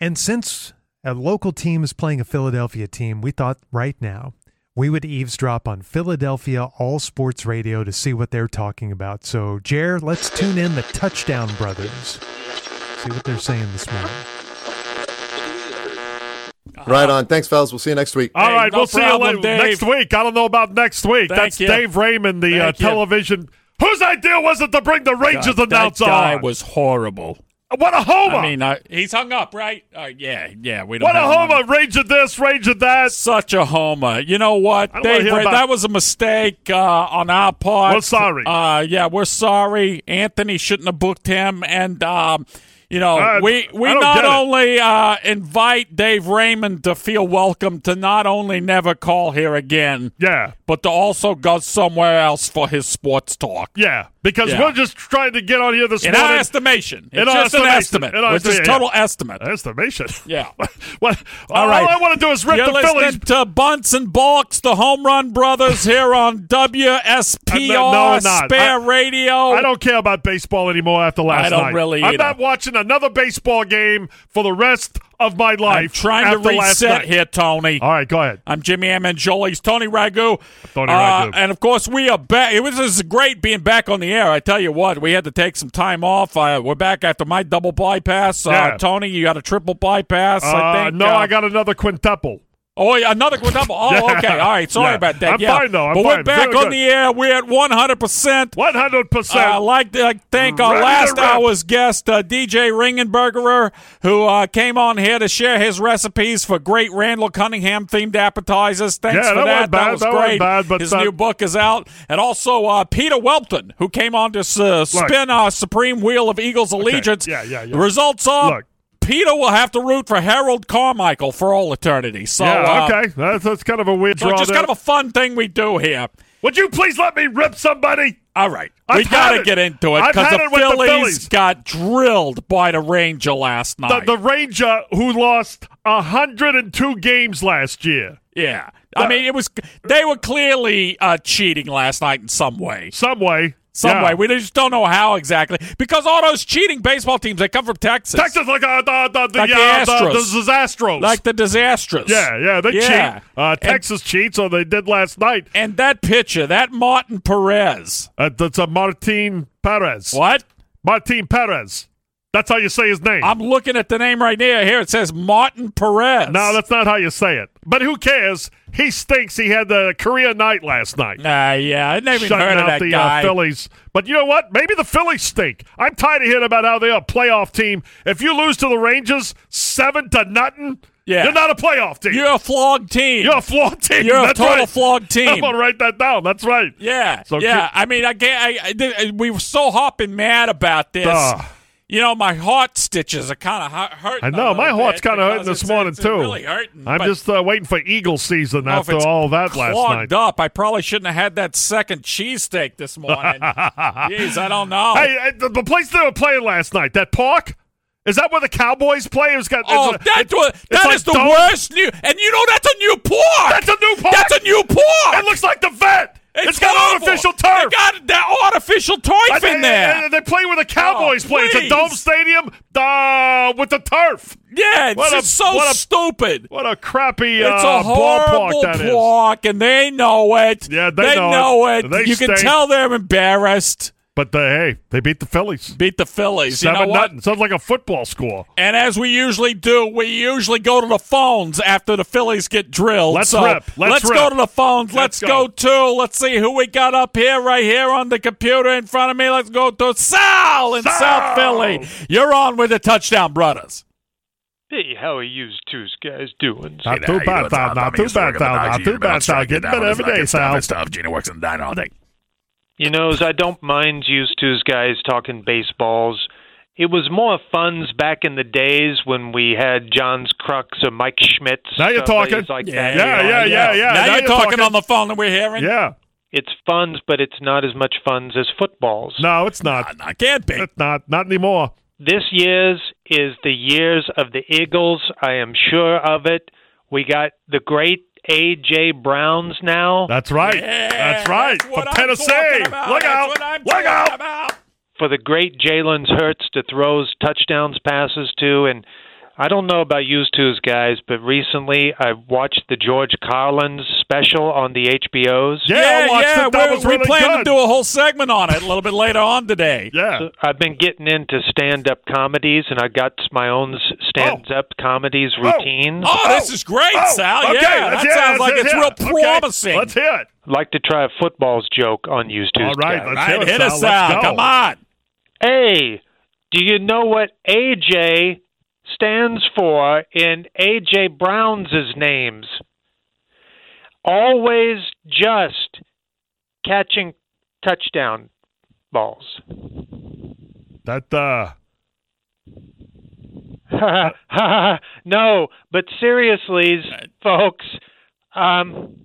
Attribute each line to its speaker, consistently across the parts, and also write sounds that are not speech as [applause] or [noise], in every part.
Speaker 1: And since a local team is playing a Philadelphia team, we thought right now we would eavesdrop on Philadelphia All Sports Radio to see what they're talking about. So, Jer, let's tune in the Touchdown Brothers. See what they're saying this morning.
Speaker 2: Right on. Thanks, fellas. We'll see you next week.
Speaker 3: All
Speaker 2: All
Speaker 3: Hey,
Speaker 2: right.
Speaker 3: right, no we'll see you problem, later- Dave.
Speaker 4: next
Speaker 3: next
Speaker 4: week. I don't know about next week.
Speaker 3: Thank
Speaker 4: That's
Speaker 3: That's you.
Speaker 4: Dave
Speaker 3: Dave
Speaker 4: Raymond, the
Speaker 3: uh, Thank you.
Speaker 4: television. Whose idea was it to bring the Rangers
Speaker 3: God, that
Speaker 4: announcer
Speaker 3: guy
Speaker 4: on?
Speaker 3: was horrible.
Speaker 4: what a homer!
Speaker 3: I mean, I, he's hung up, right? Uh, yeah, yeah. We don't.
Speaker 4: what a
Speaker 3: have him on
Speaker 4: homer! Ranger this, Ranger that.
Speaker 3: Such a homer. You know what?
Speaker 4: I don't wanna
Speaker 3: Dave,
Speaker 4: hear
Speaker 3: Ray,
Speaker 4: about-
Speaker 3: that was a mistake uh, on our part.
Speaker 4: We're sorry.
Speaker 3: Uh, yeah, we're sorry. Anthony shouldn't have booked him. And, um, you know,
Speaker 4: Uh,
Speaker 3: we,
Speaker 4: I
Speaker 3: we
Speaker 4: don't get
Speaker 3: not
Speaker 4: it.
Speaker 3: only uh, invite Dave Raymond to feel welcome to not only never call here again,
Speaker 4: Yeah,
Speaker 3: but to also go somewhere else for his sports talk.
Speaker 4: yeah. Because
Speaker 3: Yeah.
Speaker 4: we're just trying to get on here this
Speaker 3: In our
Speaker 4: morning.
Speaker 3: estimation, it's
Speaker 4: In our
Speaker 3: just an
Speaker 4: estimation.
Speaker 3: estimate.
Speaker 4: In our
Speaker 3: It's just
Speaker 4: estimation,
Speaker 3: total estimate.
Speaker 4: Estimation. [laughs]
Speaker 3: Yeah.
Speaker 4: what?
Speaker 3: All
Speaker 4: all
Speaker 3: right.
Speaker 4: I want to do is rip
Speaker 3: You're
Speaker 4: the
Speaker 3: listening
Speaker 4: Phillies.
Speaker 3: to Bunts and Balks, the Home Run Brothers
Speaker 4: [laughs]
Speaker 3: here on WSPR
Speaker 4: No, no, I'm not.
Speaker 3: Spare
Speaker 4: I-
Speaker 3: Radio.
Speaker 4: I don't care about baseball anymore after last
Speaker 3: I don't
Speaker 4: night.
Speaker 3: really
Speaker 4: I'm
Speaker 3: either.
Speaker 4: not watching another baseball game for the rest of my life.
Speaker 3: I'm trying to
Speaker 4: after last
Speaker 3: reset
Speaker 4: night.
Speaker 3: here, Tony.
Speaker 4: All right, go ahead.
Speaker 3: I'm Jimmy Amendola. He's Tony Ragu.
Speaker 4: Tony
Speaker 3: Uh,
Speaker 4: Ragu.
Speaker 3: And of course, we are back. It was, this is great being back on the air. I tell you what, we had to take some time off. Uh, we're back after my double bypass.
Speaker 4: Yeah.
Speaker 3: Uh, Tony, you got a triple bypass. I
Speaker 4: Uh,
Speaker 3: think.
Speaker 4: no,
Speaker 3: uh,
Speaker 4: I got another quintuple.
Speaker 3: Oh, yeah, another quadruple. Oh,
Speaker 4: Yeah.
Speaker 3: okay. All right. Sorry
Speaker 4: Yeah.
Speaker 3: about that.
Speaker 4: I'm
Speaker 3: yeah.
Speaker 4: fine, though. I'm
Speaker 3: but
Speaker 4: fine.
Speaker 3: we're back
Speaker 4: Very
Speaker 3: on
Speaker 4: good.
Speaker 3: the air. We're at 100%.
Speaker 4: One hundred
Speaker 3: I
Speaker 4: percent.
Speaker 3: Uh, like to thank our
Speaker 4: Ready to
Speaker 3: last
Speaker 4: rip.
Speaker 3: hour's guest, uh, DJ Ringenberger, who uh, came on here to share his recipes for great Randall Cunningham themed appetizers. Thanks
Speaker 4: Yeah,
Speaker 3: for that.
Speaker 4: that wasn't bad.
Speaker 3: was
Speaker 4: That wasn't
Speaker 3: great.
Speaker 4: bad, but
Speaker 3: his
Speaker 4: that-
Speaker 3: new book is out, and also uh, Peter Welton, who came on to uh, spin our supreme wheel of Eagles allegiance.
Speaker 4: Yeah, yeah, yeah.
Speaker 3: The results are.
Speaker 4: Look.
Speaker 3: Peter will have to root for Harold Carmichael for all eternity. So,
Speaker 4: Yeah,
Speaker 3: uh,
Speaker 4: okay. That's, that's kind of a weird
Speaker 3: so
Speaker 4: draw.
Speaker 3: just
Speaker 4: there.
Speaker 3: kind of a fun thing we do here.
Speaker 4: Would you please let me rip somebody?
Speaker 3: All right, we
Speaker 4: I've had
Speaker 3: got to
Speaker 4: it.
Speaker 3: get into it
Speaker 4: I've
Speaker 3: because
Speaker 4: had
Speaker 3: the,
Speaker 4: it with the
Speaker 3: Phillies
Speaker 4: Phillies.
Speaker 3: got drilled by the Ranger last
Speaker 4: The,
Speaker 3: night.
Speaker 4: the Ranger who lost hundred and two games last year,
Speaker 3: yeah, I mean it was they were clearly uh, cheating last night in some way.
Speaker 4: some way,
Speaker 3: Some
Speaker 4: Yeah.
Speaker 3: way we just don't know how exactly because all those cheating baseball teams they come from Texas,
Speaker 4: Texas like uh, the the the,
Speaker 3: Like the
Speaker 4: uh, the,
Speaker 3: Astros.
Speaker 4: the, Astros.
Speaker 3: like the disastrous.
Speaker 4: yeah, yeah, they
Speaker 3: Yeah.
Speaker 4: cheat. Uh, Texas cheats, or they did last night.
Speaker 3: And that pitcher, that Martin Perez,
Speaker 4: Uh, that's a Martin Perez.
Speaker 3: what?
Speaker 4: Martin Perez. That's how you say his name.
Speaker 3: I'm looking at the name right now. Here it says Martin Perez.
Speaker 4: no, that's not how you say it. But who cares? He stinks. He had the Korea night last night.
Speaker 3: Nah, yeah, I never even
Speaker 4: shutting
Speaker 3: heard of
Speaker 4: out
Speaker 3: that
Speaker 4: the
Speaker 3: guy.
Speaker 4: uh, Phillies. But you know what? Maybe the Phillies stink. I'm tired of hearing about how they're a playoff team. If you lose to the Rangers seven to nothing,
Speaker 3: Yeah.
Speaker 4: you're not a playoff team.
Speaker 3: You're a flogged team.
Speaker 4: You're a flawed team.
Speaker 3: You're a
Speaker 4: That's
Speaker 3: total
Speaker 4: right. [laughs]
Speaker 3: flawed team.
Speaker 4: I'm gonna write that down. That's right.
Speaker 3: Yeah,
Speaker 4: So
Speaker 3: yeah.
Speaker 4: keep-
Speaker 3: I mean, I get. I, I did- we were so hopping mad about this.
Speaker 4: Ugh.
Speaker 3: You know, my heart stitches are kind of hurting.
Speaker 4: I
Speaker 3: a
Speaker 4: know
Speaker 3: little
Speaker 4: my heart's
Speaker 3: bit
Speaker 4: kind of hurting
Speaker 3: because
Speaker 4: this
Speaker 3: it's-
Speaker 4: morning
Speaker 3: it's
Speaker 4: too.
Speaker 3: Really hurting.
Speaker 4: I'm
Speaker 3: but
Speaker 4: just uh, waiting for Eagle season
Speaker 3: I don't know if
Speaker 4: after
Speaker 3: it's
Speaker 4: all that last
Speaker 3: clogged
Speaker 4: night.
Speaker 3: up. I probably shouldn't have had that second cheesesteak
Speaker 4: [laughs]
Speaker 3: this morning. Jeez, I don't know.
Speaker 4: Hey, uh, the, the place they were playing last night, that park, is that where the Cowboys play? It's got
Speaker 3: Oh,
Speaker 4: it's, a-
Speaker 3: that
Speaker 4: it-
Speaker 3: was,
Speaker 4: it's
Speaker 3: that
Speaker 4: like
Speaker 3: is the
Speaker 4: dome.
Speaker 3: worst new, and you know that's a new pork.
Speaker 4: That's a new park.
Speaker 3: That's a new pork.
Speaker 4: It looks like the vet. it's got
Speaker 3: awful.
Speaker 4: artificial turf.
Speaker 3: They got that artificial turf
Speaker 4: I-
Speaker 3: in there.
Speaker 4: I- I- They play where the Cowboys
Speaker 3: Oh,
Speaker 4: play. It's a
Speaker 3: please.
Speaker 4: dome stadium uh, with the turf.
Speaker 3: Yeah, it's
Speaker 4: What a-
Speaker 3: just so
Speaker 4: what a-
Speaker 3: stupid.
Speaker 4: What a crappy uh,
Speaker 3: It's a horrible
Speaker 4: ballpark that is.
Speaker 3: walk, and they know it.
Speaker 4: Yeah, they know it.
Speaker 3: it.
Speaker 4: They
Speaker 3: you can
Speaker 4: stink.
Speaker 3: tell they're embarrassed.
Speaker 4: But uh, hey, they beat the Phillies.
Speaker 3: Beat the Phillies.
Speaker 4: Seven
Speaker 3: you know what?
Speaker 4: nothing. Sounds like a football score.
Speaker 3: And as we usually do, we usually go to the phones after the Phillies get drilled.
Speaker 4: Let's
Speaker 3: so
Speaker 4: rip. Let's rip.
Speaker 3: go to the phones. Let's,
Speaker 4: Let's
Speaker 3: go. to.
Speaker 4: go.
Speaker 3: Let's see who we got up here, right here on the computer in front of me. Let's go to Sal in
Speaker 4: Sal!
Speaker 3: South Philly. You're on with the Touchdown Brothers.
Speaker 5: Hey, how are you two guys doing?
Speaker 4: Not too bad, Sal. Not too bad, Sal. Not too bad, Sal. Getting better every day, Sal.
Speaker 5: You knows, I don't mind you two guys talking baseballs. It was more funs back in the days when we had John's Crux or Mike Schmitz.
Speaker 4: Now you're
Speaker 5: uh,
Speaker 4: talking.
Speaker 5: players Like
Speaker 4: Yeah,
Speaker 5: that.
Speaker 4: yeah, yeah, yeah, yeah.
Speaker 3: Now,
Speaker 4: Now
Speaker 3: you're,
Speaker 4: you're
Speaker 3: talking,
Speaker 4: talking.
Speaker 3: on the phone that we're hearing.
Speaker 4: Yeah.
Speaker 5: It's funs, but it's not as much funs as footballs.
Speaker 4: No, it's not.
Speaker 3: I Ah, can't
Speaker 4: [laughs]
Speaker 3: be.
Speaker 4: It's not. Not anymore.
Speaker 5: This year's is the years of the Eagles. I am sure of it. We got the great A.J. Browns now.
Speaker 4: That's right.
Speaker 3: Yeah,
Speaker 4: that's right.
Speaker 3: that's what
Speaker 4: From
Speaker 3: I'm
Speaker 4: Tennessee.
Speaker 3: talking
Speaker 4: Look
Speaker 3: about.
Speaker 4: out.
Speaker 3: That's what I'm
Speaker 4: Look
Speaker 3: talking
Speaker 4: out.
Speaker 3: about.
Speaker 5: for the great Jalen Hurts to throws touchdowns passes to, and I don't know about used twos guys, but recently I watched the George Carlin special on the HBOs.
Speaker 4: Yeah, I watched it. That
Speaker 3: we're-
Speaker 4: was really
Speaker 3: we plan
Speaker 4: good.
Speaker 3: to do a whole segment on it a little bit later on today.
Speaker 4: [laughs] Yeah.
Speaker 5: I've been getting into stand-up comedies, and I got my own s- stand-up
Speaker 4: Oh.
Speaker 5: comedies routines.
Speaker 3: Oh, this is great, Sal.
Speaker 4: okay,
Speaker 3: yeah, that
Speaker 4: let's hear it,
Speaker 3: sounds like
Speaker 4: let's
Speaker 3: it's
Speaker 4: hear
Speaker 3: real
Speaker 4: it. Okay,
Speaker 3: promising.
Speaker 4: Let's hear it.
Speaker 5: Like to try a football's joke on used twos
Speaker 4: All right,
Speaker 5: guys.
Speaker 4: let's
Speaker 3: Right,
Speaker 4: hear it.
Speaker 3: hit us,
Speaker 4: Sal. Let's
Speaker 3: Sal.
Speaker 4: go.
Speaker 3: Come on.
Speaker 5: Hey, do you know what AJ stands for in AJ Brown's names? Always just catching touchdown balls. [laughs]
Speaker 4: That uh,
Speaker 5: no, but seriously, folks, um,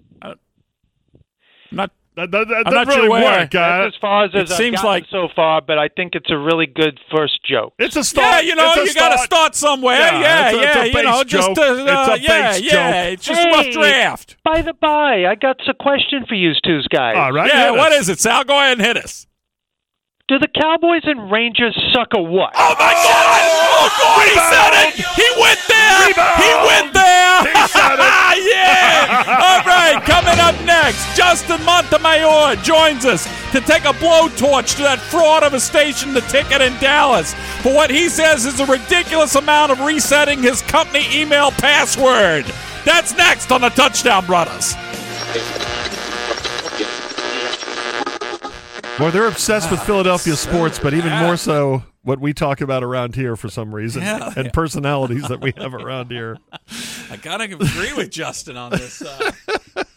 Speaker 3: Not
Speaker 4: that, that, that
Speaker 3: I'm
Speaker 4: doesn't
Speaker 3: not sure
Speaker 4: really
Speaker 3: where.
Speaker 4: work. Uh,
Speaker 5: that's as far as,
Speaker 3: it
Speaker 5: I've
Speaker 3: seems
Speaker 5: gotten
Speaker 3: like-
Speaker 5: so far, but I think it's a really good first joke.
Speaker 4: it's a start.
Speaker 3: yeah, you know,
Speaker 4: It's a
Speaker 3: you got to start somewhere.
Speaker 4: Yeah,
Speaker 3: Yeah, yeah,
Speaker 4: it's a- it's a
Speaker 3: you know,
Speaker 4: base
Speaker 3: just
Speaker 4: joke.
Speaker 3: to, uh,
Speaker 4: It's a
Speaker 3: yeah,
Speaker 4: base
Speaker 3: yeah,
Speaker 4: joke.
Speaker 3: it's just rough
Speaker 5: Hey.
Speaker 3: draft.
Speaker 5: By the by, I got a question for you two guys.
Speaker 4: All right.
Speaker 3: yeah,
Speaker 4: hit
Speaker 3: what
Speaker 4: us.
Speaker 3: is it, Sal? Go ahead and hit us.
Speaker 5: Do the Cowboys and Rangers suck a what?
Speaker 3: Oh my God! Oh God! He said it. He went there. He went there.
Speaker 4: He said it.
Speaker 3: [laughs] yeah. All right. Coming up next, Justin Montemayor joins us to take a blowtorch to that fraud of a station, the ticket in Dallas, for what he says is a ridiculous amount of resetting his company email password. That's next on the Touchdown Brothers.
Speaker 4: Well, they're obsessed with Philadelphia sports, but even more so what we talk about around here for some reason
Speaker 3: Yeah.
Speaker 4: and personalities that we have around here.
Speaker 3: I gotta agree with Justin on this. Uh,